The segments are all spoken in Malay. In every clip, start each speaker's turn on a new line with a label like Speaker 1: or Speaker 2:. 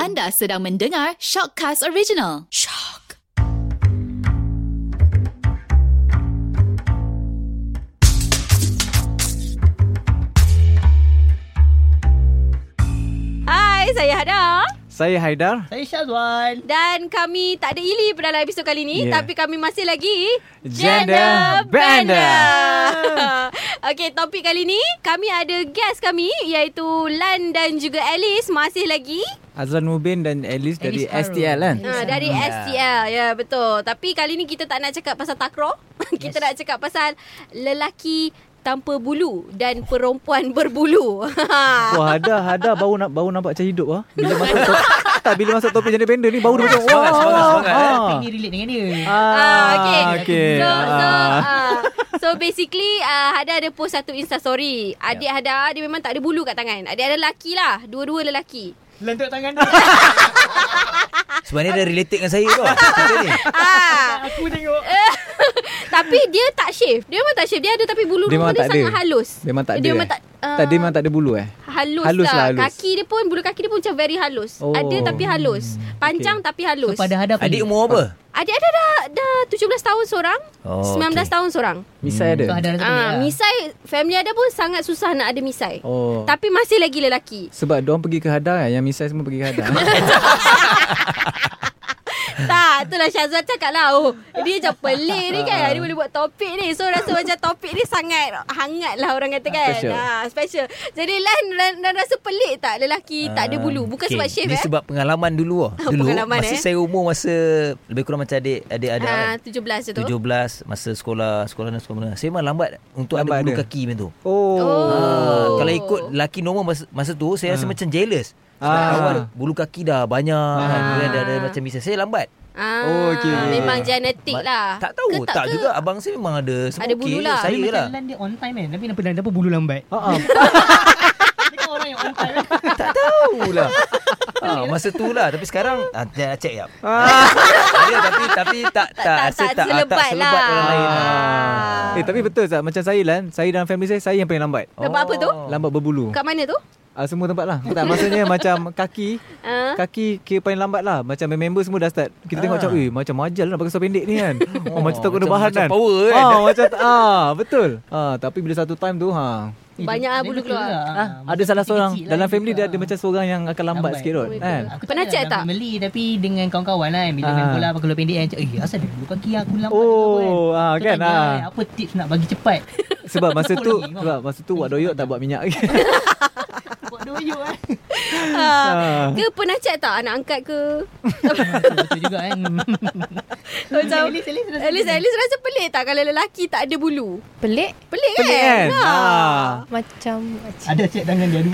Speaker 1: Anda sedang mendengar Shockcast Original.
Speaker 2: Hai, saya Hada
Speaker 3: Saya Haidar
Speaker 4: Saya Syazwan.
Speaker 2: dan kami tak ada Ili pada dalam episod kali ni
Speaker 3: Yeah.
Speaker 2: yeah. tapi kami masih lagi
Speaker 3: Gender Bender.
Speaker 2: Okey, topik kali ni kami ada guest kami iaitu Lan dan juga Alice masih lagi
Speaker 3: Azlan Mubin dan Alice dari STL kan
Speaker 2: uh, dari STL. Ya, yeah, betul. Tapi kali ni kita tak nak cakap pasal takraw. kita yes. nak cakap pasal lelaki tanpa bulu dan perempuan berbulu.
Speaker 3: Wah Hada Hada baru nak baru nampak macam hidup ah. Bila masuk top, tak bila masuk topik gender bender ni baru dia macam wah.
Speaker 5: semangat, semangat, semangat, eh.
Speaker 3: ah.
Speaker 4: Ini relate dengan dia.
Speaker 2: Ah, okay.
Speaker 3: okay.
Speaker 2: So, so,
Speaker 3: Ah.
Speaker 2: uh, so basically uh, Hada ada post satu Insta story. Adik
Speaker 3: Ya.
Speaker 2: Hada dia memang tak ada bulu kat tangan. Adik ada lelaki lah, dua-dua lelaki.
Speaker 4: Lentuk tangan dia.
Speaker 5: Sebenarnya dia related dengan saya tau cerita ni.
Speaker 2: ah,
Speaker 4: Aku tengok.
Speaker 2: tapi dia tak shave. Dia memang tak shave. Dia ada tapi bulu
Speaker 3: Dia
Speaker 2: rumah
Speaker 3: memang
Speaker 2: dia
Speaker 3: tak ada.
Speaker 2: sangat halus.
Speaker 3: Memang tak ada.
Speaker 2: Dia memang
Speaker 3: eh?
Speaker 2: tak ah,
Speaker 3: Tak dia memang tak ada bulu eh.
Speaker 2: Halus,
Speaker 3: Halus
Speaker 2: lah.
Speaker 3: lah, halus.
Speaker 2: Kaki dia pun Bulu kaki dia pun macam very halus
Speaker 3: Oh.
Speaker 2: Ada tapi halus Panjang tapi halus
Speaker 4: Pada hadap.
Speaker 5: Adik umur apa?
Speaker 2: Adik ada dah, dah 17 tahun seorang
Speaker 5: Oh,
Speaker 2: 19
Speaker 5: okey.
Speaker 2: tahun seorang
Speaker 3: Misai
Speaker 4: So
Speaker 3: ada.
Speaker 4: ada rasa
Speaker 5: ya.
Speaker 2: ah,
Speaker 4: pelik lah.
Speaker 2: Misai Family ada pun sangat susah Nak ada misai
Speaker 3: Oh.
Speaker 2: Tapi masih lagi lelaki
Speaker 3: Sebab diorang pergi ke Hada kan Yang misai semua pergi ke Hada
Speaker 2: Tak Itulah Syazwan cakap lah oh, Dia macam pelik ni kan
Speaker 5: Ah.
Speaker 2: Dia boleh buat topik ni So rasa macam topik ni sangat Hangat lah orang kata kan
Speaker 3: Special.
Speaker 2: ha, special. Jadi Lan, Lan, Lan rasa pelik tak Lelaki Eh, tak ada bulu Bukan
Speaker 5: Ah, Okey,
Speaker 2: sebab shave
Speaker 5: Ni
Speaker 2: eh
Speaker 5: sebab pengalaman dulu lah.
Speaker 2: Oh,
Speaker 5: Dulu
Speaker 2: pengalaman,
Speaker 5: masa
Speaker 2: eh.
Speaker 5: saya umur masa lebih kurang macam adik adik ada
Speaker 2: ha,
Speaker 5: kan.
Speaker 2: 17 je tu
Speaker 5: 17 masa sekolah sekolah dan sekolah menengah. Saya memang lambat untuk
Speaker 3: Lambat
Speaker 5: ada bulu
Speaker 3: ada.
Speaker 5: kaki macam tu.
Speaker 2: Oh.
Speaker 3: Oh
Speaker 5: Ah, kalau ikut lelaki normal masa, masa tu saya rasa macam jealous. Sebab
Speaker 3: Ah.
Speaker 5: awal bulu kaki dah banyak kan,
Speaker 2: Ah.
Speaker 5: dah, dah, dah macam bisa. Saya lambat.
Speaker 2: Ah,
Speaker 3: Oh, okey.
Speaker 2: Memang genetik
Speaker 5: Ma-
Speaker 2: lah
Speaker 5: Tak tahu,
Speaker 2: Ke
Speaker 5: tak, tak juga abang saya memang ada semua
Speaker 2: Ada bulu
Speaker 5: okey je.
Speaker 2: lah.
Speaker 5: Saya
Speaker 4: Tapi
Speaker 5: lah.
Speaker 4: macam Lan dia on time kan. Tapi kenapa Lan apa bulu lambat?
Speaker 3: Ah, ah.
Speaker 4: Dia kan orang yang on time kan.
Speaker 2: Eh,
Speaker 5: Tak tahu lah. ha, masa tu lah tapi sekarang ah, dia nak check ya. Ada tapi tapi tak
Speaker 2: Ah.
Speaker 5: tak
Speaker 2: tak,
Speaker 5: rasa
Speaker 2: tak, tak selebat
Speaker 5: tak selebat
Speaker 2: lah
Speaker 5: orang lain.
Speaker 2: Ah.
Speaker 3: Eh tapi betul tak Macam saya Lan Saya dalam family saya Saya yang paling lambat
Speaker 2: Sebab apa
Speaker 5: Oh.
Speaker 2: tu? Lah,
Speaker 3: Lambat berbulu
Speaker 2: Kat mana tu?
Speaker 3: Ah, Semua tempat lah Tak maksudnya macam Kaki
Speaker 2: Ah.
Speaker 3: Kaki kira paling lambat lah Macam member semua dah start Kita tengok
Speaker 5: Ah.
Speaker 3: macam Eh macam majal lah pakai seluar pendek ni kan Oh,
Speaker 5: Oh,
Speaker 3: macam tak kena
Speaker 5: macam-
Speaker 3: bahan
Speaker 5: macam
Speaker 3: kan
Speaker 5: power kan?
Speaker 3: ah, Macam ah, Betul ah, Tapi bila satu time tu ha,
Speaker 5: Eh,
Speaker 2: Banyak lah bulu keluar
Speaker 3: ah, Ada salah seorang
Speaker 4: lah
Speaker 3: Dalam family dia ada macam seorang yang akan lambat
Speaker 4: Lambat.
Speaker 3: sikit kot
Speaker 2: Oh,
Speaker 4: Ah,
Speaker 3: kan?
Speaker 2: betul. Pernah check tak?
Speaker 4: Beli lah. tapi dengan kawan-kawan lah. Bila main
Speaker 3: Ah.
Speaker 4: bola pakai pendek kan. Cakap, eh asal ada bulu kaki aku lambat.
Speaker 3: Oh ah,
Speaker 4: Kan
Speaker 3: kan ah.
Speaker 4: Apa tips nak bagi cepat?
Speaker 3: Sebab masa tu
Speaker 4: Lagi,
Speaker 3: Sebab masa tu Wak Doyok tak buat minyak kan? lagi
Speaker 4: Buat doyok kan.
Speaker 2: Ah.
Speaker 3: Ah.
Speaker 2: Ke pernah check tak anak angkat ke?
Speaker 4: Ah, Betul juga kan.
Speaker 2: Macam
Speaker 4: At least, at least, at least.
Speaker 2: At least, at least rasa pelik tak kalau lelaki tak ada bulu?
Speaker 6: Pelik
Speaker 2: Pelik kan?
Speaker 3: Pelik kan
Speaker 2: Ha.
Speaker 3: ah.
Speaker 6: Macam
Speaker 4: Ada check tangan dia dulu.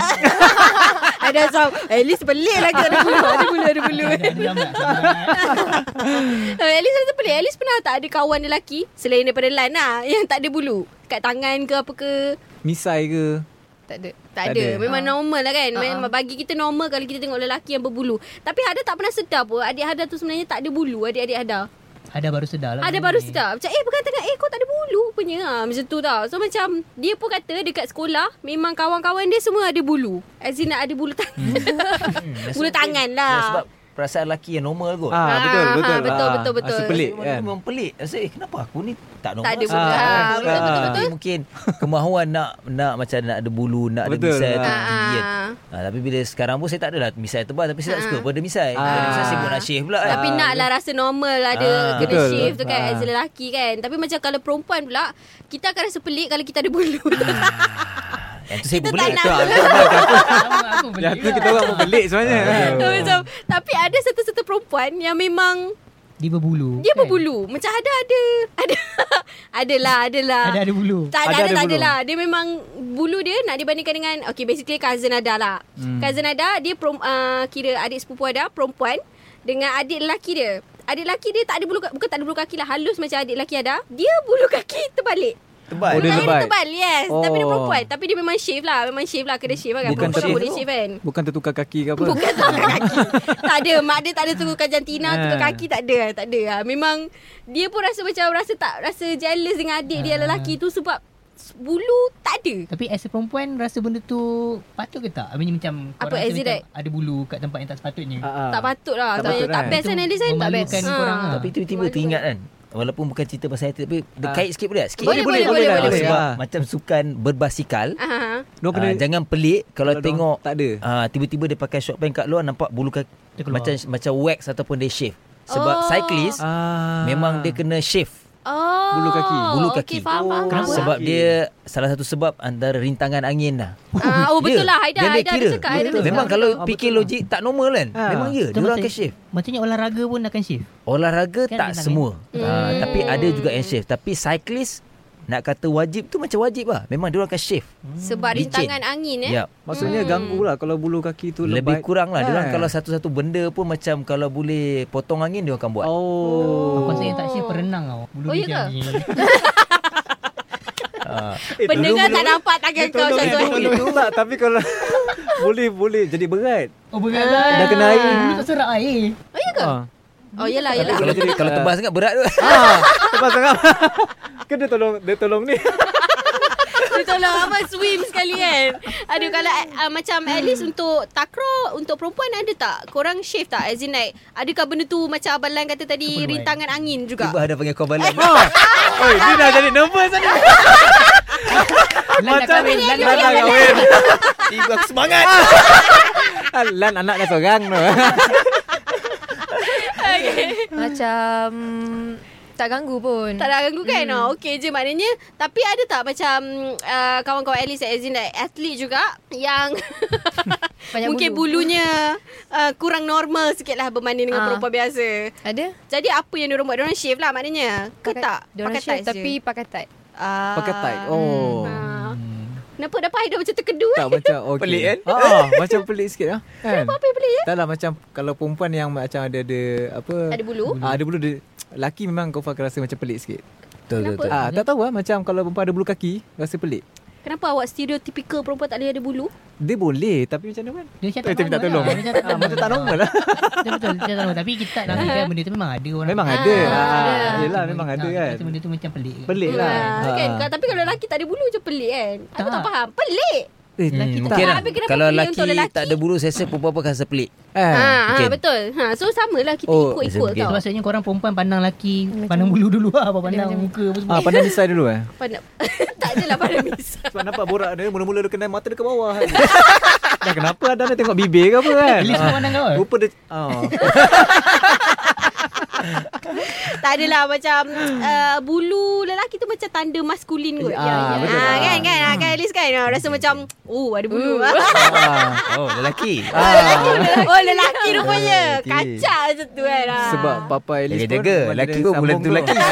Speaker 2: Ada macam At least pelik lah Ada bulu Ada bulu Ada bulu
Speaker 4: Ada ada lambat. sangat.
Speaker 2: At least rasa pelik At least pernah tak ada kawan lelaki Selain daripada Lan lah Yang tak ada bulu Kat tangan ke apa ke
Speaker 3: Misai ke
Speaker 6: Tak ada
Speaker 2: tak
Speaker 3: Tak
Speaker 2: ada.
Speaker 3: ada. Ah,
Speaker 2: Memang normal lah kan. Memang bagi kita normal kalau kita tengok lelaki yang berbulu. Tapi Hada tak pernah sedar pun. Adik Hada tu sebenarnya tak ada bulu. Adik-adik Hada.
Speaker 4: Ada baru sedar lah.
Speaker 2: Ada baru sedar. Macam eh bukan tengok eh kau tak ada bulu punya. Ha, macam tu tau. So macam dia pun kata dekat sekolah memang kawan-kawan dia semua ada bulu. As in ada bulu tangan. bulu tangan lah.
Speaker 5: Ya, Hmm, sebab perasaan lelaki yang normal kot.
Speaker 3: ah, Betul
Speaker 2: Ah,
Speaker 3: betul
Speaker 2: ah, betul,
Speaker 3: ah.
Speaker 2: betul, betul.
Speaker 3: Rasa pelik
Speaker 5: Memang,
Speaker 3: kan
Speaker 5: memang pelik. Rasa eh kenapa aku ni tak normal.
Speaker 2: Tak ada
Speaker 5: rasa
Speaker 2: bulu.
Speaker 5: tak
Speaker 2: Ah,
Speaker 5: normal
Speaker 2: betul,
Speaker 5: lah.
Speaker 2: betul, betul.
Speaker 5: Tapi Mungkin kemahuan nak nak macam nak ada bulu, nak ada
Speaker 3: Betul,
Speaker 5: misai
Speaker 3: ah.
Speaker 5: tu tinggi kan.
Speaker 2: Ah.
Speaker 5: Ah, tapi bila sekarang pun saya tak adalah misai tebal tapi saya tak suka pada misai.
Speaker 3: Ah.
Speaker 5: Pada misai saya pun nak shave pula kan.
Speaker 2: Tapi nak lah rasa normal ada
Speaker 5: Ah,
Speaker 2: kena
Speaker 3: betul.
Speaker 2: shave tu kan
Speaker 3: ya. Ah.
Speaker 2: as a lelaki kan. Tapi macam kalau perempuan pula kita akan rasa pelik kalau kita ada bulu.
Speaker 5: Yang tu saya
Speaker 2: Kita
Speaker 5: pun pelik.
Speaker 2: tak
Speaker 3: Tu,
Speaker 2: nak.
Speaker 3: ah,
Speaker 4: Sama aku
Speaker 3: Yang
Speaker 4: beli
Speaker 5: lah.
Speaker 3: tu kita orang pun pelik sebenarnya Kan?
Speaker 2: So, macam tapi ada satu-satu perempuan yang memang
Speaker 4: Dia berbulu
Speaker 2: dia berbulu. Macam ada ada ada adalah adalah.
Speaker 4: Ada ada bulu
Speaker 2: Tak ada,
Speaker 3: Ada-
Speaker 2: ada,
Speaker 3: ada
Speaker 2: tak ada
Speaker 3: bulu.
Speaker 2: lah. Dia memang bulu dia nak dibandingkan dengan okay basically cousin Ada lah. Hmm. Cousin Ada dia perom, uh, kira adik sepupu Ada perempuan dengan adik lelaki dia. Adik lelaki dia tak ada bulu ka- bukan tak ada bulu kaki lah halus macam adik lelaki Ada. Dia bulu kaki terbalik.
Speaker 3: Oh,
Speaker 5: Tebal.
Speaker 2: Bulu
Speaker 3: dia
Speaker 2: kaki
Speaker 3: lebat.
Speaker 2: dia tebal yes. Oh. Tapi dia
Speaker 3: Oh.
Speaker 2: perempuan. Tapi dia memang shave lah. Memang shave lah kena shave lah kan.
Speaker 3: Bukan
Speaker 2: perempuan
Speaker 5: shave.
Speaker 2: boleh shave kan.
Speaker 3: Bukan tertukar kaki ke apa
Speaker 2: Bukan tukar kaki Tak ada Mak dia tak ada tukar jantina
Speaker 3: Ah.
Speaker 2: Tukar kaki tak ada Ah,
Speaker 3: Eh.
Speaker 2: Tak ada Memang Dia pun rasa macam Rasa tak Rasa jealous dengan adik dia lelaki tu Sebab bulu tak ada.
Speaker 4: Tapi as a perempuan Rasa benda tu Patut ke tak? I mean macam
Speaker 2: Apa,
Speaker 4: korang
Speaker 2: as
Speaker 4: rasa
Speaker 2: in
Speaker 4: macam
Speaker 2: that?
Speaker 4: Ada bulu kat tempat yang tak sepatutnya
Speaker 3: Ah, ah.
Speaker 2: Tak patut lah.
Speaker 3: Tak
Speaker 2: Tak,
Speaker 3: patut,
Speaker 2: tak
Speaker 3: kan?
Speaker 2: best
Speaker 4: Itu
Speaker 2: kan Adesan tak best.
Speaker 4: memalukan korang lah.
Speaker 5: Tapi tiba-tiba
Speaker 2: Ah, Malu.
Speaker 5: teringat kan Walaupun bukan cerita pasal itu Tapi dia
Speaker 3: Ah.
Speaker 5: kait sikit boleh tak? Sikit
Speaker 2: Boleh, boleh, boleh,
Speaker 5: Ah,
Speaker 2: boleh.
Speaker 5: Sebab
Speaker 3: Ah.
Speaker 5: macam sukan berbasikal
Speaker 2: Ah,
Speaker 3: Dia kena
Speaker 5: ah, Jangan pelik Kalau
Speaker 3: Kalau dia
Speaker 5: tengok
Speaker 3: tak ada.
Speaker 5: ah, Tiba-tiba dia pakai short pants kat luar Nampak bulu kaki
Speaker 4: Dia keluar.
Speaker 5: Macam macam wax ataupun dia shave Sebab
Speaker 2: Oh.
Speaker 5: cyclist
Speaker 3: Ah.
Speaker 5: Memang dia kena shave
Speaker 2: Oh,
Speaker 3: Bulu kaki.
Speaker 5: Bulu
Speaker 2: Okay,
Speaker 5: kaki.
Speaker 2: faham, faham.
Speaker 3: Oh.
Speaker 2: faham.
Speaker 3: Kenapa?
Speaker 5: Sebab dia Salah satu sebab Antara rintangan angin lah
Speaker 2: Ah, oh, betul
Speaker 5: Ya,
Speaker 2: lah. Haida,
Speaker 5: dia boleh
Speaker 2: Haida ada
Speaker 5: kira.
Speaker 2: cakap. Haida ada
Speaker 4: Betul.
Speaker 5: Memang
Speaker 2: cakap.
Speaker 5: kalau
Speaker 3: Ah, betul.
Speaker 5: fikir logik Tak normal kan
Speaker 3: Ah.
Speaker 5: Memang ya
Speaker 4: Betul,
Speaker 5: Dia orang
Speaker 4: betul.
Speaker 5: akan shave
Speaker 4: Macamnya olahraga pun akan shave
Speaker 5: Olahraga
Speaker 4: Kan
Speaker 5: tak
Speaker 4: rintangan.
Speaker 5: semua hmm.
Speaker 2: Hmm.
Speaker 5: Tapi ada juga yang shave Tapi cyclist Nak kata wajib tu macam wajib lah Memang dia orang akan shave
Speaker 2: Sebab
Speaker 5: Licin.
Speaker 2: rintangan angin eh.
Speaker 5: Yap
Speaker 2: Hmm.
Speaker 3: Maksudnya ganggu lah kalau bulu kaki tu lebat.
Speaker 5: Lebih kurang lah Dia orang
Speaker 3: Ah.
Speaker 5: kalau satu-satu benda pun Macam kalau boleh potong angin Dia orang akan buat oh.
Speaker 3: Oh.
Speaker 4: Aku rasa yang tak shave perenang tau Bulu
Speaker 2: Oh,
Speaker 4: dia
Speaker 2: ya ke?
Speaker 4: macam ni.
Speaker 5: Ah.
Speaker 3: Eh,
Speaker 2: Pendengar tak nampak tangan kau
Speaker 3: tolong, eh,
Speaker 2: Syazwan.
Speaker 3: tolong, tolong. tak, tapi kalau boleh boleh jadi berat.
Speaker 4: Oh bergalah
Speaker 3: Dah kena air.
Speaker 4: Bulu tak serak air
Speaker 2: Oh, ya ke?
Speaker 3: Ah.
Speaker 2: Oh, yelah, yelah.
Speaker 5: Kalau,
Speaker 3: Jadi-
Speaker 5: kalau tebal sangat berat tu
Speaker 3: Ah, tepat sangat. Kan dia tolong dia tolong ni.
Speaker 2: Dia tolong
Speaker 6: lah.
Speaker 2: apa swim sekali kan. Aduh kalau uh, macam at least untuk takraw untuk perempuan ada tak? Korang shave tak? As in like adakah benda tu macam Abalan kata tadi
Speaker 4: Keperluan.
Speaker 2: rintangan angin juga?
Speaker 5: Tiba ada panggil kau balik
Speaker 3: Oh. Oi, dia dah jadi nervous ni.
Speaker 4: Lan nak
Speaker 3: Macam
Speaker 4: kahwin, Lan nak
Speaker 3: Lan nak
Speaker 4: kahwin.
Speaker 3: kahwin.
Speaker 5: Tiba aku semangat
Speaker 3: Ah, Lan anak dah seorang tu.
Speaker 5: Hmm,
Speaker 6: Macam tak ganggu pun.
Speaker 2: Tak nak ganggu kan hmm. Okay je maknanya Tapi ada tak macam uh, Kawan-kawan at least As in like, atlet juga Yang
Speaker 6: Banyak
Speaker 2: Mungkin
Speaker 6: bulu.
Speaker 2: bulunya uh, Kurang normal sikit lah Berbanding dengan
Speaker 6: Ah.
Speaker 2: perempuan biasa
Speaker 6: Ada?
Speaker 2: Jadi apa yang diorang buat Diorang shave lah maknanya Ke tak?
Speaker 6: Pakai
Speaker 2: tights je?
Speaker 6: tapi pakai tight.
Speaker 2: Ah.
Speaker 3: Pakai tight. Oh.
Speaker 2: Ah. Kenapa dapat idea macam terkedu
Speaker 3: Tak
Speaker 2: eh?
Speaker 3: macam okay.
Speaker 5: Pelik, kan?
Speaker 3: Ha ah, macam pelik sikit ah. Kan? Kenapa pelik ya? Tak lah macam kalau perempuan yang macam ada ada apa
Speaker 2: Ada bulu?
Speaker 3: Ah, ada bulu dia laki memang kau akan rasa macam pelik sikit.
Speaker 5: Betul betul, betul
Speaker 3: Ah, tak tahu lah macam kalau perempuan ada bulu kaki rasa pelik.
Speaker 2: Kenapa awak stereotypical perempuan tak boleh ada bulu?
Speaker 3: Dia boleh tapi macam mana kan?
Speaker 4: Dia macam
Speaker 3: Eh, tapi tak tolong.
Speaker 4: normal lah.
Speaker 3: Ah,
Speaker 4: Dia macam
Speaker 3: macam tak normal lah.
Speaker 4: Betul betul Dia tak tolong Tapi kita tak nafikan Benda tu memang ada orang
Speaker 3: Memang
Speaker 4: buat.
Speaker 2: Ah,
Speaker 3: ada. Ah,
Speaker 4: Cuma
Speaker 3: yelah
Speaker 4: kita-
Speaker 3: memang ada
Speaker 4: kita
Speaker 3: kan.
Speaker 4: rasa Benda tu macam pelik
Speaker 3: Pelik lah.
Speaker 2: Ah, kan?
Speaker 3: Ah.
Speaker 2: Kalau- Tapi kalau lelaki tak ada bulu macam pelik kan? Aku tak
Speaker 4: Tak.
Speaker 2: faham. Pelik.
Speaker 3: Eh,
Speaker 5: Hmm,
Speaker 3: lelaki
Speaker 2: tak.
Speaker 5: mungkin lah
Speaker 2: Habis kenapa
Speaker 5: Kalau
Speaker 2: pilih
Speaker 5: lelaki
Speaker 2: untuk lelaki?
Speaker 5: tak ada bulu Saya rasa perempuan pun akan rasa pelik
Speaker 3: Eh.
Speaker 2: Ha, ha
Speaker 5: mungkin.
Speaker 2: betul. Ha, so samalah kita
Speaker 3: Oh,
Speaker 2: ikut-ikut
Speaker 5: mungkin.
Speaker 4: So,
Speaker 2: tau.
Speaker 4: maksudnya korang perempuan pandang laki Pandang bulu dulu lah apa Pandang
Speaker 6: macam-
Speaker 4: muka apa semua
Speaker 3: Ah, pandang misai dulu eh.
Speaker 2: Pandang. tak adalah pandang misal.
Speaker 3: Sebab nampak borak dia mula-mula dia kena mata dia ke bawah. kan. Dah kenapa ada nak tengok bibir ke apa kan?
Speaker 4: Pelik semua pandang kau
Speaker 3: Rupa dia oh.
Speaker 2: tak adalah macam uh, bulu lelaki tu macam tanda maskulin kot.
Speaker 3: Ya, betul.
Speaker 2: Ah,
Speaker 3: Ah.
Speaker 2: kan kan. Ah, kan at least kan ah, rasa macam oh ada bulu. Ah,
Speaker 3: ah.
Speaker 5: Oh lelaki
Speaker 2: lelaki, lelaki. Oh lelaki rupanya.
Speaker 5: Lelaki.
Speaker 2: Kacak macam tu kan. ah.
Speaker 3: Sebab Papa Elis pun
Speaker 5: Jaga-jaga
Speaker 3: memang dia
Speaker 5: Lelaki pun bulan
Speaker 3: sambung
Speaker 5: tu lelaki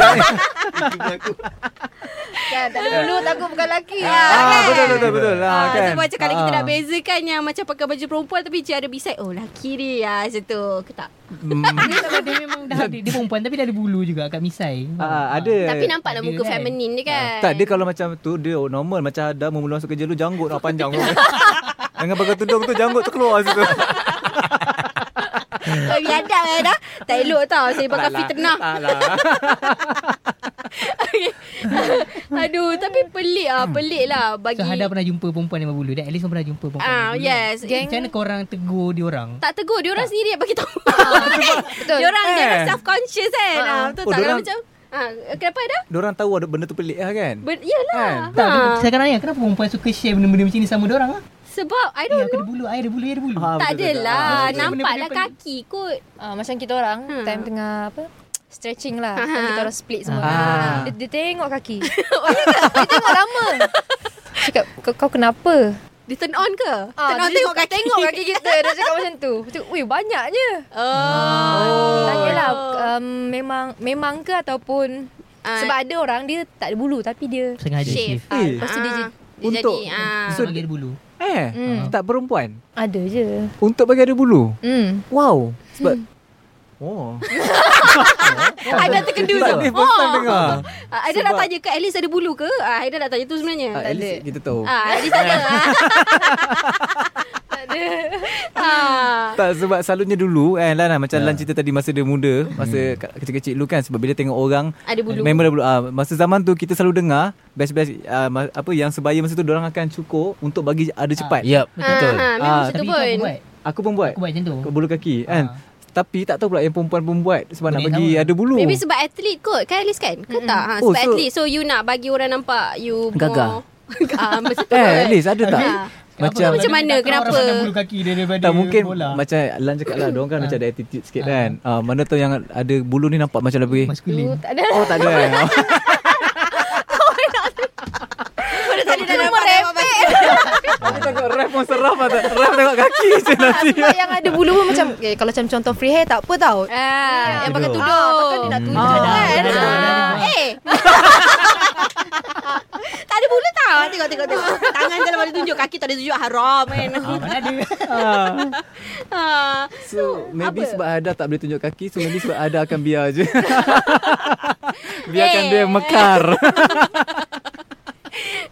Speaker 6: Kan, tak ada bulu takut bukan lelaki. kan?
Speaker 3: Ah, betul betul betul lah
Speaker 2: Ah,
Speaker 3: kan.
Speaker 2: So macam kalau kita
Speaker 3: Ah.
Speaker 2: nak bezakan yang macam pakai baju perempuan tapi dia ada beside oh lelaki ni ah macam tu ke tak.
Speaker 3: Hmm.
Speaker 4: Dia tak ada, Dia memang dah ada Dia perempuan tapi dia ada bulu juga Kat misai
Speaker 3: Ah, ada.
Speaker 2: Tapi nampaklah
Speaker 4: ada
Speaker 2: muka
Speaker 4: kan?
Speaker 2: feminin dia kan.
Speaker 3: Tak dia kalau macam tu dia normal macam ada mula masuk kerja lu janggut nak panjang tu. Dengan pakai tudung tu janggut tu keluar situ.
Speaker 2: Kau biadab eh dah. Tak elok tau. Saya pakai fitnah.
Speaker 3: Tak lah.
Speaker 2: Okay. Aduh, tapi pelik ah, pelik lah bagi.
Speaker 4: So Hada pernah jumpa perempuan yang berbulu Dan at least pun pernah jumpa perempuan
Speaker 2: Ah,
Speaker 4: yang berbulu
Speaker 2: yes.
Speaker 6: Geng.
Speaker 4: Macam mana korang tegur dia orang
Speaker 2: Tak tegur, dia orang sendiri yang bagi tahu. Kan?
Speaker 6: Betul.
Speaker 2: Dia orang dia
Speaker 3: Eh.
Speaker 2: self conscious kan.
Speaker 6: Ah,
Speaker 2: Ah,
Speaker 6: ah.
Speaker 2: betul tak
Speaker 3: Oh,
Speaker 2: kalau
Speaker 3: diorang-
Speaker 2: macam ah kenapa ada?
Speaker 3: Diorang tahu ada benda tu pelik lah kan.
Speaker 2: Ber- yalah.
Speaker 3: Kan?
Speaker 4: tak,
Speaker 2: Ha.
Speaker 4: saya kena tanya Kenapa perempuan suka share benda-benda macam ni sama dia orang lah
Speaker 2: Sebab I
Speaker 4: Eh,
Speaker 2: don't
Speaker 4: aku ada bulu, I ada bulu, I ada bulu
Speaker 3: Ah,
Speaker 2: tak
Speaker 3: betul, betul. Ah,
Speaker 2: adalah.
Speaker 4: betul.
Speaker 2: Nampaklah
Speaker 4: Benda-benda
Speaker 2: lah. kaki kot.
Speaker 6: Ah, macam kita orang
Speaker 2: Ha.
Speaker 6: time tengah apa? Stretching lah Kan
Speaker 2: Ha.
Speaker 6: Kita orang split semua
Speaker 3: Ah.
Speaker 6: dia, dia tengok kaki Dia tengok lama Cakap kau, kau kenapa
Speaker 2: Dia turn on ke?
Speaker 6: Ah,
Speaker 2: turn on
Speaker 6: dia
Speaker 2: tengok Oh,
Speaker 6: suka
Speaker 2: kaki.
Speaker 6: Tengok kaki kita Dia cakap macam tu Cakap Weh banyaknya
Speaker 3: Ah,
Speaker 2: Oh.
Speaker 6: Tanyalah um, Memang Memang ke ataupun
Speaker 2: Ah.
Speaker 6: Sebab ada orang Dia tak ada bulu Tapi dia
Speaker 4: Sengaja
Speaker 2: Shave.
Speaker 4: shave
Speaker 6: ah,
Speaker 3: Eh.
Speaker 6: Lepas tu dia je-
Speaker 2: Dia
Speaker 3: Untuk-
Speaker 2: jadi ah.
Speaker 3: So-
Speaker 4: So, dia ada bulu
Speaker 3: Eh,
Speaker 6: Hmm.
Speaker 3: tak perempuan.
Speaker 6: Ada je
Speaker 3: Untuk bagi ada bulu.
Speaker 6: Hmm
Speaker 3: Wow. Sebab
Speaker 2: Hmm.
Speaker 3: Oh.
Speaker 2: Aida terkedu tu.
Speaker 3: Tak ni first time dengar.
Speaker 2: Ah, Aida nak
Speaker 3: Sebab-
Speaker 2: tanya ke Alice ada bulu ke? Ah, Aida nak tanya tu sebenarnya.
Speaker 3: Ah, at least kita tahu.
Speaker 2: Ah, Alice ada. Ah. Ah.
Speaker 3: Tak sebab selalunya dulu kan Lan lah, Macam Lan cerita tadi masa dia muda Masa kat- kecil-kecil dulu kan Sebab bila tengok orang
Speaker 2: Ada bulu.
Speaker 3: Memang ada bulu ah, Masa zaman tu kita selalu dengar Best-best ah, ma- Apa yang sebaya masa tu Diorang akan cukur Untuk bagi ada cepat
Speaker 5: Ah, Yep,
Speaker 2: Betul.
Speaker 5: betul.
Speaker 2: Ha, memang
Speaker 3: Ah,
Speaker 2: macam tu
Speaker 4: Tapi kau
Speaker 2: pun.
Speaker 4: buat
Speaker 3: Aku pun buat
Speaker 4: Aku buat macam tu
Speaker 3: Kat bulu kaki kan
Speaker 4: Ah.
Speaker 3: Tapi tak tahu pula yang perempuan pun buat Sebab nak
Speaker 4: Boleh
Speaker 3: bagi
Speaker 4: sama.
Speaker 3: ada bulu
Speaker 2: Maybe sebab atlet kot Kan Alice kan Kan tak ha,
Speaker 3: Oh,
Speaker 2: Sebab
Speaker 3: so-
Speaker 2: atlet So you nak bagi orang nampak You more
Speaker 3: Gagah.
Speaker 2: Ah, Macam tu
Speaker 3: Eh
Speaker 2: kan
Speaker 3: Alice ada tak Macam
Speaker 2: Macam mana?
Speaker 4: Tak tahu orang
Speaker 2: Kenapa?
Speaker 4: pandang bulu kaki dia daripada
Speaker 3: tak mungkin
Speaker 4: bola.
Speaker 3: Macam Lan cakap lah Diorang kan macam ada attitude sikit kan Ah, Mana tu yang ada bulu ni nampak macam lebih
Speaker 4: maskulin.
Speaker 6: Tak ada
Speaker 3: Oh tak ada eh?
Speaker 6: Pada tadi dah nampak
Speaker 3: eh?
Speaker 6: repek
Speaker 3: Aku tengok ref pun seram lah Ref tengok kaki je nanti
Speaker 6: Sebab yang ada bulu pun macam okay, Kalau macam contoh free hair tak apa tau
Speaker 2: Ah, Yang pakai
Speaker 3: Tudung.
Speaker 2: tudung
Speaker 6: Ah, takkan dia nak tudung
Speaker 4: Ah,
Speaker 6: kan
Speaker 4: dah, dah, dah, dah,
Speaker 6: Ah,
Speaker 4: dah.
Speaker 6: Eh
Speaker 2: Tak ada bulu tau Tengok tengok tengok Tangan je lah boleh tunjuk Kaki tak ada tunjuk Haram kan
Speaker 4: Ah, mana ada.
Speaker 3: Ha.
Speaker 2: Ah.
Speaker 3: So maybe sebab Ada tak boleh tunjuk kaki So maybe sebab Ada akan biar je Biarkan
Speaker 2: Eh.
Speaker 3: dia mekar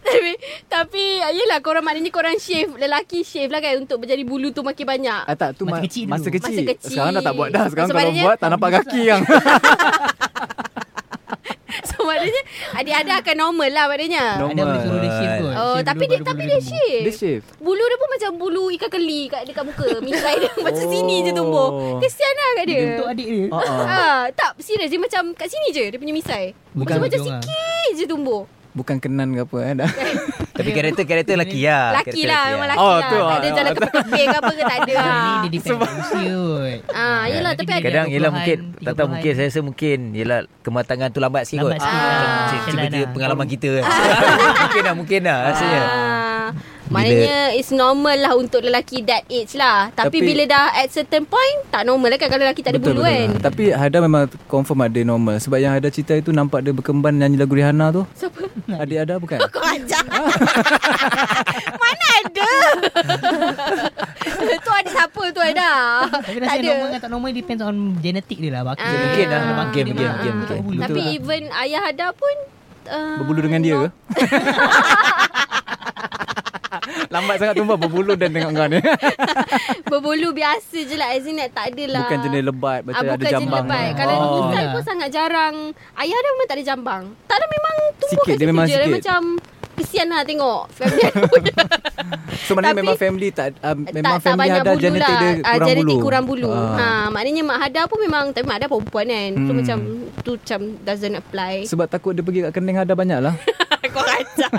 Speaker 2: Tapi Tapi Yelah korang maknanya Korang shave Lelaki shave lah kan Untuk menjadi bulu tu makin banyak
Speaker 3: ah, Tak tu
Speaker 4: Masa
Speaker 3: ma-
Speaker 4: kecil dulu.
Speaker 3: masa kecil.
Speaker 2: Masa kecil.
Speaker 3: Sekarang dah tak buat dah Sekarang
Speaker 2: So,
Speaker 3: kalau
Speaker 2: maknanya-
Speaker 3: buat Tak nampak kaki yang
Speaker 2: So maknanya Adik ada akan normal lah maknanya
Speaker 4: Ada boleh suruh dia shave kot.
Speaker 2: Oh
Speaker 4: Shave
Speaker 2: tapi
Speaker 4: dulu
Speaker 2: dia
Speaker 4: baru
Speaker 2: tapi
Speaker 4: boleh
Speaker 2: dia
Speaker 4: tumbuh.
Speaker 2: shave.
Speaker 3: Dia shave
Speaker 2: Bulu dia pun macam bulu ikan keli kat dekat muka. Misai dia macam
Speaker 3: Oh.
Speaker 2: sini je tumbuh. Kesian lah kat dia.
Speaker 4: Dia Untuk adik dia.
Speaker 3: Ah, ah.
Speaker 2: Ah, tak serius dia macam kat sini je dia punya misai.
Speaker 4: Bukan
Speaker 2: macam macam
Speaker 4: hujung lah.
Speaker 2: sikit je tumbuh.
Speaker 3: Bukan kenan ke apa eh dah.
Speaker 5: Tapi karakter-karakter lelaki lah.
Speaker 2: Laki lah memang laki
Speaker 3: Oh,
Speaker 2: lah.
Speaker 3: tu,
Speaker 2: tak
Speaker 3: ah,
Speaker 2: ada jalan
Speaker 3: ah,
Speaker 2: kepek-kepek ke apa ke tak ada.
Speaker 4: Ini
Speaker 2: ah.
Speaker 4: dia depend on usia kot.
Speaker 2: Ah, yelah tapi ada.
Speaker 5: Kadang yelah
Speaker 4: 20-an,
Speaker 5: mungkin tak tahu
Speaker 4: 30-an.
Speaker 5: mungkin saya rasa mungkin yelah kematangan tu lambat sikit
Speaker 4: Lambat
Speaker 5: kot.
Speaker 4: sikit.
Speaker 5: Ah,
Speaker 4: Ah.
Speaker 5: Macam tiba-tiba
Speaker 4: Jalan lah.
Speaker 5: pengalaman kita kan. mungkin lah mungkin lah rasanya.
Speaker 2: Ah. Maknanya it's normal lah untuk lelaki that age lah. Tapi,
Speaker 3: Tapi-
Speaker 2: bila dah at certain point tak normal lah kan kalau lelaki tak ada bulu kan.
Speaker 3: Tapi Hada memang confirm ada normal Sebab yang Hada cerita itu Nampak dia berkemban nyanyi lagu Rihanna tu
Speaker 2: Siapa?
Speaker 3: Adik Hada bukan?
Speaker 2: Kau ajar Mana ada Tu ada siapa tu ada
Speaker 4: Tapi
Speaker 2: Tak
Speaker 4: rasa
Speaker 2: ada
Speaker 3: kan?
Speaker 4: normal dengan tak normal depends on genetik dia lah. Bakit.
Speaker 2: Ah.
Speaker 5: Mungkin lah.
Speaker 4: Kalau bakit
Speaker 5: Mungkin,
Speaker 4: dia
Speaker 5: mungkin,
Speaker 4: memang
Speaker 5: mungkin,
Speaker 4: tak
Speaker 5: mungkin.
Speaker 4: berbulu.
Speaker 2: Tapi
Speaker 3: Betul lah.
Speaker 2: even ayah ada pun uh,
Speaker 3: Berbulu dengan dia ke? Lambat sangat tumpah Berbulu dan tengok kau ni
Speaker 2: Berbulu biasa je lah As in like, tak adalah
Speaker 3: Bukan jenis lebat
Speaker 2: Ah,
Speaker 3: Macam ada
Speaker 2: bukan jenis
Speaker 3: jambang
Speaker 2: lebat
Speaker 4: kan?
Speaker 2: Kalau
Speaker 4: Oh.
Speaker 2: oh. misal
Speaker 4: Lah.
Speaker 2: pun sangat jarang Ayah ada memang tak ada jambang Tak ada memang tumbuh
Speaker 3: Sikit,
Speaker 2: kat
Speaker 3: dia
Speaker 2: situ
Speaker 3: memang
Speaker 2: je Dia
Speaker 3: sikit.
Speaker 2: Macam kesian lah tengok Family aku punya.
Speaker 3: So maknanya
Speaker 2: Tapi-
Speaker 3: memang family tak uh, Memang
Speaker 2: tak, tak
Speaker 3: family
Speaker 2: banyak
Speaker 3: ada
Speaker 2: bulu
Speaker 3: genetik
Speaker 2: lah.
Speaker 3: dia
Speaker 2: Ah,
Speaker 3: kurang
Speaker 2: genetik
Speaker 3: bulu
Speaker 2: kurang bulu.
Speaker 3: Ah.
Speaker 2: Ha. maknanya Mak Hada pun memang tapi Mak Hada perempuan kan. So
Speaker 3: Hmm.
Speaker 2: macam tu macam doesn't apply.
Speaker 3: Sebab takut dia pergi kat kening Hada banyak lah
Speaker 2: Kau kacau.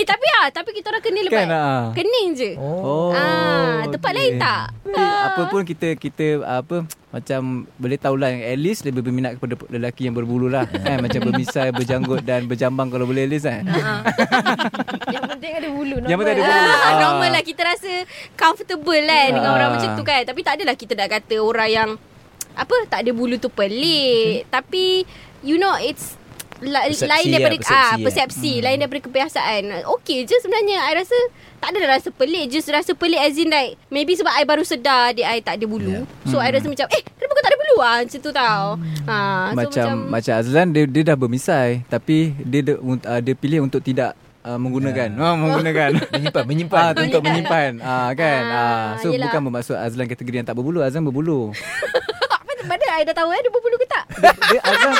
Speaker 2: eh tapi ah, tapi kita orang kening lebat.
Speaker 3: Kan ah.
Speaker 2: Kening je.
Speaker 3: Oh,
Speaker 2: Ah, tempat lain tak? Ah.
Speaker 3: Tapi Apa pun kita kita apa macam boleh tahulah yang at least lebih berminat kepada lelaki yang berbulu lah kan macam bermisai, berjanggut dan berjambang kalau boleh at least kan.
Speaker 6: Yang penting ada bulu
Speaker 3: Yang penting ada bulu.
Speaker 2: Ah,
Speaker 3: Ah.
Speaker 2: normal lah kita rasa comfortable kan dengan
Speaker 3: Ah.
Speaker 2: orang macam tu kan. Tapi tak adalah kita nak kata orang yang apa tak ada bulu tu pelik. Tapi you know it's la-
Speaker 5: Mm-hmm. Persepsi
Speaker 2: lain
Speaker 5: lah,
Speaker 2: daripada
Speaker 5: persepsi
Speaker 2: ah,
Speaker 5: eh.
Speaker 2: persepsi lain daripada kebiasaan. Okey je sebenarnya I rasa tak ada rasa pelik just rasa pelik as in like maybe sebab I baru sedar adik I tak ada bulu. So
Speaker 5: Mm.
Speaker 2: I rasa macam eh kenapa kau tak ada bulu ah macam tu tau. Ha so
Speaker 3: macam, macam Azlan dia dia dah bermisai tapi dia dia, uh, dia pilih untuk tidak uh, menggunakan. Yeah. menggunakan.
Speaker 5: Ah. Menyimpan, menyimpan.
Speaker 3: Ah, tu untuk menyimpan. Ah, kan. Ah,
Speaker 2: Ah,
Speaker 3: so
Speaker 2: yelah.
Speaker 3: bukan bermaksud Azlan kategori yang tak berbulu, Azlan berbulu.
Speaker 2: apa mana I dah tahu eh dia berbulu ke tak?
Speaker 3: dia, dia Azlan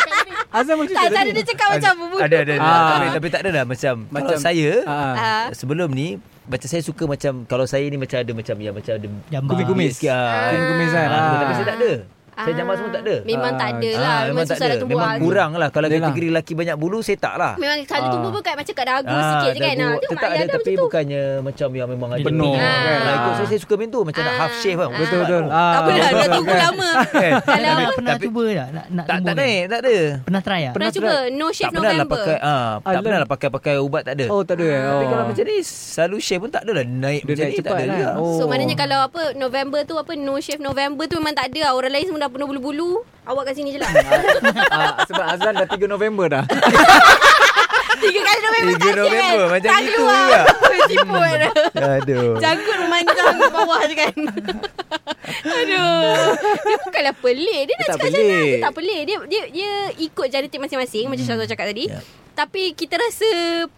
Speaker 3: Azlan macam
Speaker 2: tak tadi dia cakap macam berbulu.
Speaker 5: Ada ada, ada.
Speaker 3: Ah.
Speaker 5: Tapi, tapi tak ada lah macam, macam
Speaker 3: Macam-
Speaker 5: kalau saya
Speaker 3: Ah.
Speaker 2: Ah.
Speaker 5: sebelum ni macam saya suka macam kalau saya ni macam ada macam yang macam ada
Speaker 4: Jambang.
Speaker 5: kumis-kumis sikit. Ah.
Speaker 3: Kumis kumis kan.
Speaker 5: Ah, Tapi saya
Speaker 3: Ah.
Speaker 5: tak ada. Saya jambang semua tak ada.
Speaker 2: Memang tak ada
Speaker 5: Ah,
Speaker 2: lah Memang susah nak tumbuh
Speaker 5: Memang
Speaker 2: ah.
Speaker 5: kurang lah Kalau
Speaker 3: Yelah.
Speaker 5: kategori lelaki banyak bulu Saya tak lah
Speaker 2: Memang kalau
Speaker 3: Ah.
Speaker 2: tumbuh pun kat Macam kat dagu sikit je kan Ah, Tengok
Speaker 5: Tetap
Speaker 2: mak
Speaker 5: ada
Speaker 2: ayah dah
Speaker 5: Tapi
Speaker 2: macam tu
Speaker 5: bukannya Macam yang memang ada
Speaker 3: Penuh,
Speaker 5: Ah.
Speaker 2: kan?
Speaker 5: Kalau
Speaker 3: Ah.
Speaker 5: ikut saya Saya suka macam tu Macam nak
Speaker 2: Ah.
Speaker 5: half shave bang
Speaker 3: Betul betul.
Speaker 5: Ah.
Speaker 2: Tak lah. apalah Dah
Speaker 3: betul,
Speaker 2: tunggu
Speaker 3: kan?
Speaker 2: lama
Speaker 5: Kan?
Speaker 2: Kalau
Speaker 4: Pernah,
Speaker 2: apa
Speaker 4: pernah
Speaker 5: Tapi-
Speaker 4: cuba tak nak, nak
Speaker 5: Tak
Speaker 4: tumbuh
Speaker 5: tak
Speaker 4: ni?
Speaker 5: naik Tak ada
Speaker 4: Pernah try ah? tak?
Speaker 2: Pernah cuba No
Speaker 5: Tak
Speaker 2: shave
Speaker 5: pernah lah
Speaker 2: November
Speaker 5: pakai ah, Tak
Speaker 3: Alam.
Speaker 5: pernah lah pakai-pakai ubat Tak ada
Speaker 3: Oh, tak ada. eh? Oh.
Speaker 5: Tapi kalau macam ni Selalu shave pun tak ada lah Naik
Speaker 3: dia
Speaker 5: macam
Speaker 3: naik
Speaker 5: ni tak
Speaker 3: cepat
Speaker 5: ada
Speaker 3: kan.
Speaker 5: juga
Speaker 3: Oh.
Speaker 2: So maknanya kalau apa November tu apa No shave November tu Memang tak ada lah. Orang lain semua dah penuh bulu-bulu Awak kat sini je lah
Speaker 3: ah, sebab Azlan dah 3 November dah.
Speaker 2: Tiga kali November
Speaker 5: Tiga
Speaker 2: tak shave
Speaker 5: November,
Speaker 2: kan?
Speaker 5: macam
Speaker 2: Tak
Speaker 5: gitu
Speaker 2: keluar
Speaker 5: juga.
Speaker 2: Siput
Speaker 5: Aduh
Speaker 2: Janggut memanjang ke bawah je kan Aduh. Dia bukanlah pelik. Dia nak cakap macam
Speaker 3: tak
Speaker 2: mana. Dia
Speaker 3: pelik.
Speaker 2: tak pelik. Dia dia dia ikut genetik masing-masing macam Syazwan cakap tadi.
Speaker 5: Ya.
Speaker 2: Tapi kita rasa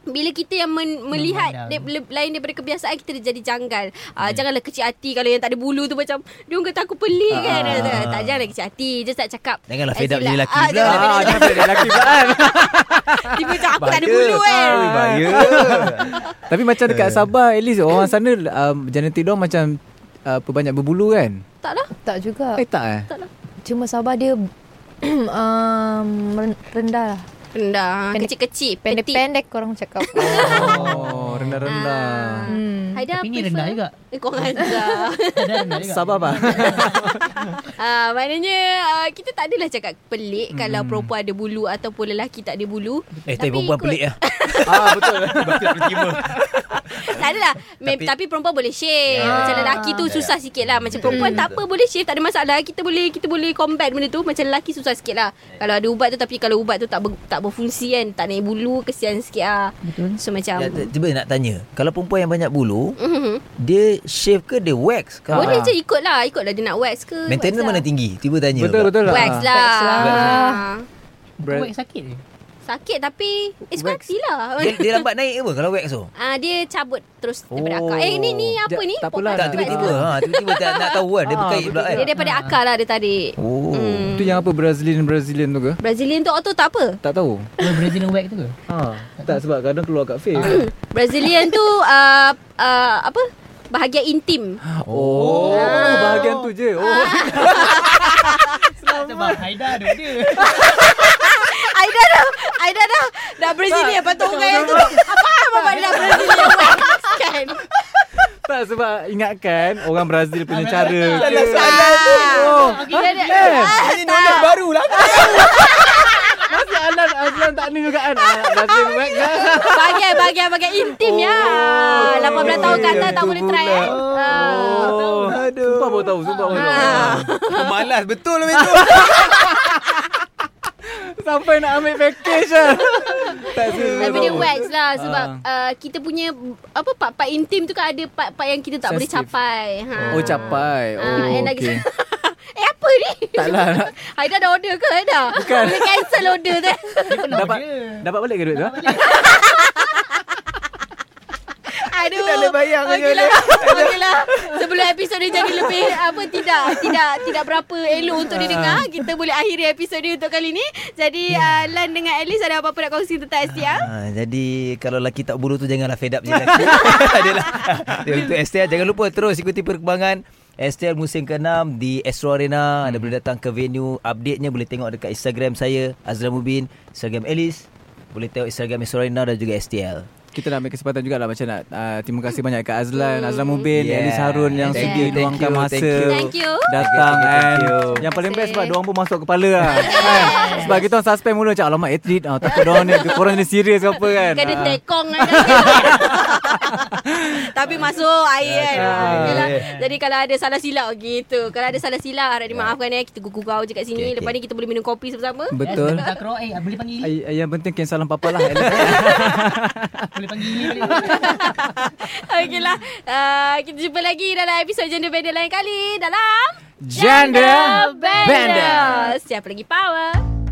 Speaker 2: bila kita yang men- melihat
Speaker 4: Memandang.
Speaker 2: dia, le- lain daripada kebiasaan kita dia jadi janggal. Ah
Speaker 5: Ya.
Speaker 2: janganlah kecil hati kalau yang tak ada bulu tu macam dia orang kata aku pelik kan.
Speaker 3: Ah.
Speaker 2: Tak, tak janganlah kecil hati. Just tak cakap.
Speaker 5: Janganlah
Speaker 2: eh,
Speaker 5: fed up
Speaker 2: silap.
Speaker 5: jadi lelaki
Speaker 2: Ah,
Speaker 5: pula.
Speaker 2: janganlah fed up
Speaker 3: Ah,
Speaker 2: jadi
Speaker 3: jangan pelik lelaki pula kan.
Speaker 2: Tiba macam aku tak ada bulu kan.
Speaker 5: Ui, Bahaya.
Speaker 3: Tapi macam dekat
Speaker 5: Eh.
Speaker 3: Sabah at least orang sana um, genetik dia macam apa banyak berbulu kan?
Speaker 2: Tak lah.
Speaker 6: Tak juga.
Speaker 3: Eh tak eh.
Speaker 6: Cuma Sabah dia um, ren- rendah lah.
Speaker 2: Rendah.
Speaker 6: Pendek-
Speaker 2: Kecil-kecil. petit.
Speaker 6: Pendek-pendek korang cakap.
Speaker 3: Oh,
Speaker 2: Ah.
Speaker 3: rendah-rendah.
Speaker 6: hmm.
Speaker 2: Haida
Speaker 4: Tapi ni
Speaker 2: prefer-
Speaker 4: rendah juga.
Speaker 2: Eh, korang rendah.
Speaker 4: Dah rendah juga.
Speaker 3: Sabah apa?
Speaker 2: Ah, maknanya ah, kita tak adalah cakap pelik hmm. kalau perempuan ada bulu ataupun lelaki tak ada bulu.
Speaker 5: Eh, tapi perempuan
Speaker 2: ikut-
Speaker 5: pelik lah.
Speaker 3: ah betul.
Speaker 5: Bakal boleh terima.
Speaker 2: Tak adalah. Tapi,
Speaker 5: Tapi-
Speaker 2: tapi perempuan boleh shave.
Speaker 5: Ya.
Speaker 2: Macam lelaki tu
Speaker 5: Ya, ya.
Speaker 2: susah sikit lah. Macam perempuan
Speaker 5: betul,
Speaker 2: tak apa
Speaker 5: betul.
Speaker 2: boleh shave. Tak ada masalah. Kita boleh kita boleh combat benda tu. Macam lelaki susah sikit lah.
Speaker 5: Ya.
Speaker 2: Kalau ada ubat tu tapi kalau ubat tu tak ber, tak berfungsi kan. Tak naik bulu. Kesian sikit lah. Betul. So macam.
Speaker 5: Ya, t- Cuba nak tanya. Kalau perempuan yang banyak bulu,
Speaker 2: Mhm.
Speaker 5: dia shave ke dia wax? Kalau
Speaker 2: Boleh
Speaker 3: Ah.
Speaker 2: je ikut lah. Ikut lah dia nak wax ke.
Speaker 5: maintenance
Speaker 2: wax
Speaker 5: mana
Speaker 2: lah.
Speaker 5: tinggi? Tiba tanya.
Speaker 3: Betul
Speaker 5: pula.
Speaker 3: betul lah.
Speaker 2: Wax lah.
Speaker 6: Wax lah.
Speaker 2: Ah.
Speaker 4: Kuat sakit je.
Speaker 2: Sakit tapi It's
Speaker 3: Wax.
Speaker 2: party lah
Speaker 5: Dia, dia lambat naik ke apa kalau wax tu?
Speaker 2: Ah dia cabut terus daripada
Speaker 5: Oh.
Speaker 2: akar. Eh ni ni apa
Speaker 3: Ja-
Speaker 2: ni?
Speaker 3: tak apalah,
Speaker 5: Tak
Speaker 2: Podcast
Speaker 3: nak-
Speaker 5: tiba-tiba.
Speaker 2: tu.
Speaker 5: Ha, tiba-tiba tak nak tahu kan. Dia
Speaker 3: Ah,
Speaker 5: berkait pula
Speaker 3: betul Hmm.
Speaker 5: kan.
Speaker 2: Dia daripada akar lah dia tarik.
Speaker 5: Oh.
Speaker 3: Itu yang apa Brazilian Brazilian tu ke?
Speaker 2: Brazilian tu auto tak apa.
Speaker 3: Tak tahu.
Speaker 4: Dia Brazilian wax tu ke?
Speaker 3: Ha, tak sebab kadang keluar kat face.
Speaker 2: Brazilian tu uh, uh, apa? Bahagian intim.
Speaker 3: Oh,
Speaker 2: Ah.
Speaker 3: bahagian tu je. Oh.
Speaker 4: Sebab Haida ada dia.
Speaker 2: Aida dah Aida dah dah Brazilian patut orang yang tu. Apa apa dia dah Brazilian wax kan?
Speaker 3: tak sebab ingatkan orang Brazil punya cara.
Speaker 5: Salah
Speaker 3: ke.
Speaker 5: soalan tu.
Speaker 3: Oh.
Speaker 2: Dia ada
Speaker 3: Eh,
Speaker 5: Ini knowledge baru lah.
Speaker 3: masih Alan Azlan tak ni juga kan. Ah, Brazil wax kan.
Speaker 2: bahagian bahagian bahagian intim ya. 18 tahun ke atas tak
Speaker 3: Oh. Itu
Speaker 2: boleh try
Speaker 3: pula.
Speaker 2: eh. Ah.
Speaker 3: Oh,
Speaker 5: Aduh.
Speaker 3: sumpah baru tahu, sumpah baru tahu.
Speaker 2: Ah.
Speaker 5: Malas betul lah itu.
Speaker 3: Sampai nak ambil package lah. tak serius.
Speaker 2: Tapi dia wax lah sebab
Speaker 3: Ah.
Speaker 2: uh, kita punya apa part-part intim tu kan ada part-part yang kita tak boleh
Speaker 3: Sensitive.
Speaker 2: capai. Ha.
Speaker 3: Oh, capai.
Speaker 2: Ah,
Speaker 3: Oh,
Speaker 2: and lagi-
Speaker 3: okay.
Speaker 2: eh apa ni?
Speaker 3: Tak lah. nak-
Speaker 2: Haida dah order ke Haida? Bukan. Boleh cancel order tu.
Speaker 3: Dapat dapat balik ke duit tu? ah?
Speaker 2: Aduh. Tak boleh bayang. Okey lah. Okey lah. Sebelum episod dia jadi lebih apa tidak tidak tidak berapa elok
Speaker 3: Ah.
Speaker 2: untuk didengar. Kita boleh akhiri episod dia untuk kali ni.
Speaker 3: Hmm.
Speaker 2: Jadi uh, Lan dengan Alice ada apa-apa nak kongsi tentang STR?
Speaker 5: Ha, jadi kalau lelaki tak bulu tu janganlah fed up je lelaki. Adalah. Dia untuk STL jangan lupa terus ikuti perkembangan STL musim ke-6 di Astro Arena. Anda boleh datang ke venue. Update-nya boleh tengok dekat Instagram saya Azra Mubin, Instagram Elis. Boleh tengok Instagram Astro Arena dan juga STL.
Speaker 3: Kita nak ambil kesempatan jugalah macam nak uh, terima kasih banyak kat Azlan, Azlan Mubin, yeah.
Speaker 5: Yeah.
Speaker 3: Elis Harun yang
Speaker 5: Thank
Speaker 3: sudi
Speaker 5: you, thank
Speaker 3: luangkan
Speaker 5: you,
Speaker 3: masa
Speaker 5: thank you.
Speaker 2: Thank you.
Speaker 3: datang
Speaker 5: Thank you,
Speaker 3: kan.
Speaker 5: thank you.
Speaker 3: Yang paling
Speaker 6: Terima
Speaker 3: best sebab
Speaker 6: kasih.
Speaker 3: diorang pun masuk kepala lah. kan? Sebab kita orang suspend mula macam alamak atlet ah, takut diorang ni korang ni serius ke apa kan.
Speaker 2: Kena
Speaker 3: Ah.
Speaker 2: tekong kan Tapi masuk air kan Ah, yelah. Jadi kalau ada salah silap gitu Kalau ada salah silap Harap dimaafkan ya Kita gugau je kat sini
Speaker 5: Okey,
Speaker 2: Lepas ni kita boleh minum kopi sama-sama
Speaker 3: Betul.
Speaker 4: Tak keluar eh boleh panggil Ili.
Speaker 3: Ay- yang penting kian salam papa lah. Elis.
Speaker 4: Boleh panggil Ili balik.
Speaker 2: Okeylah uh, Kita jumpa lagi dalam episod Gender Bender lain kali Dalam
Speaker 3: Gender Bender.
Speaker 2: Siapa lagi power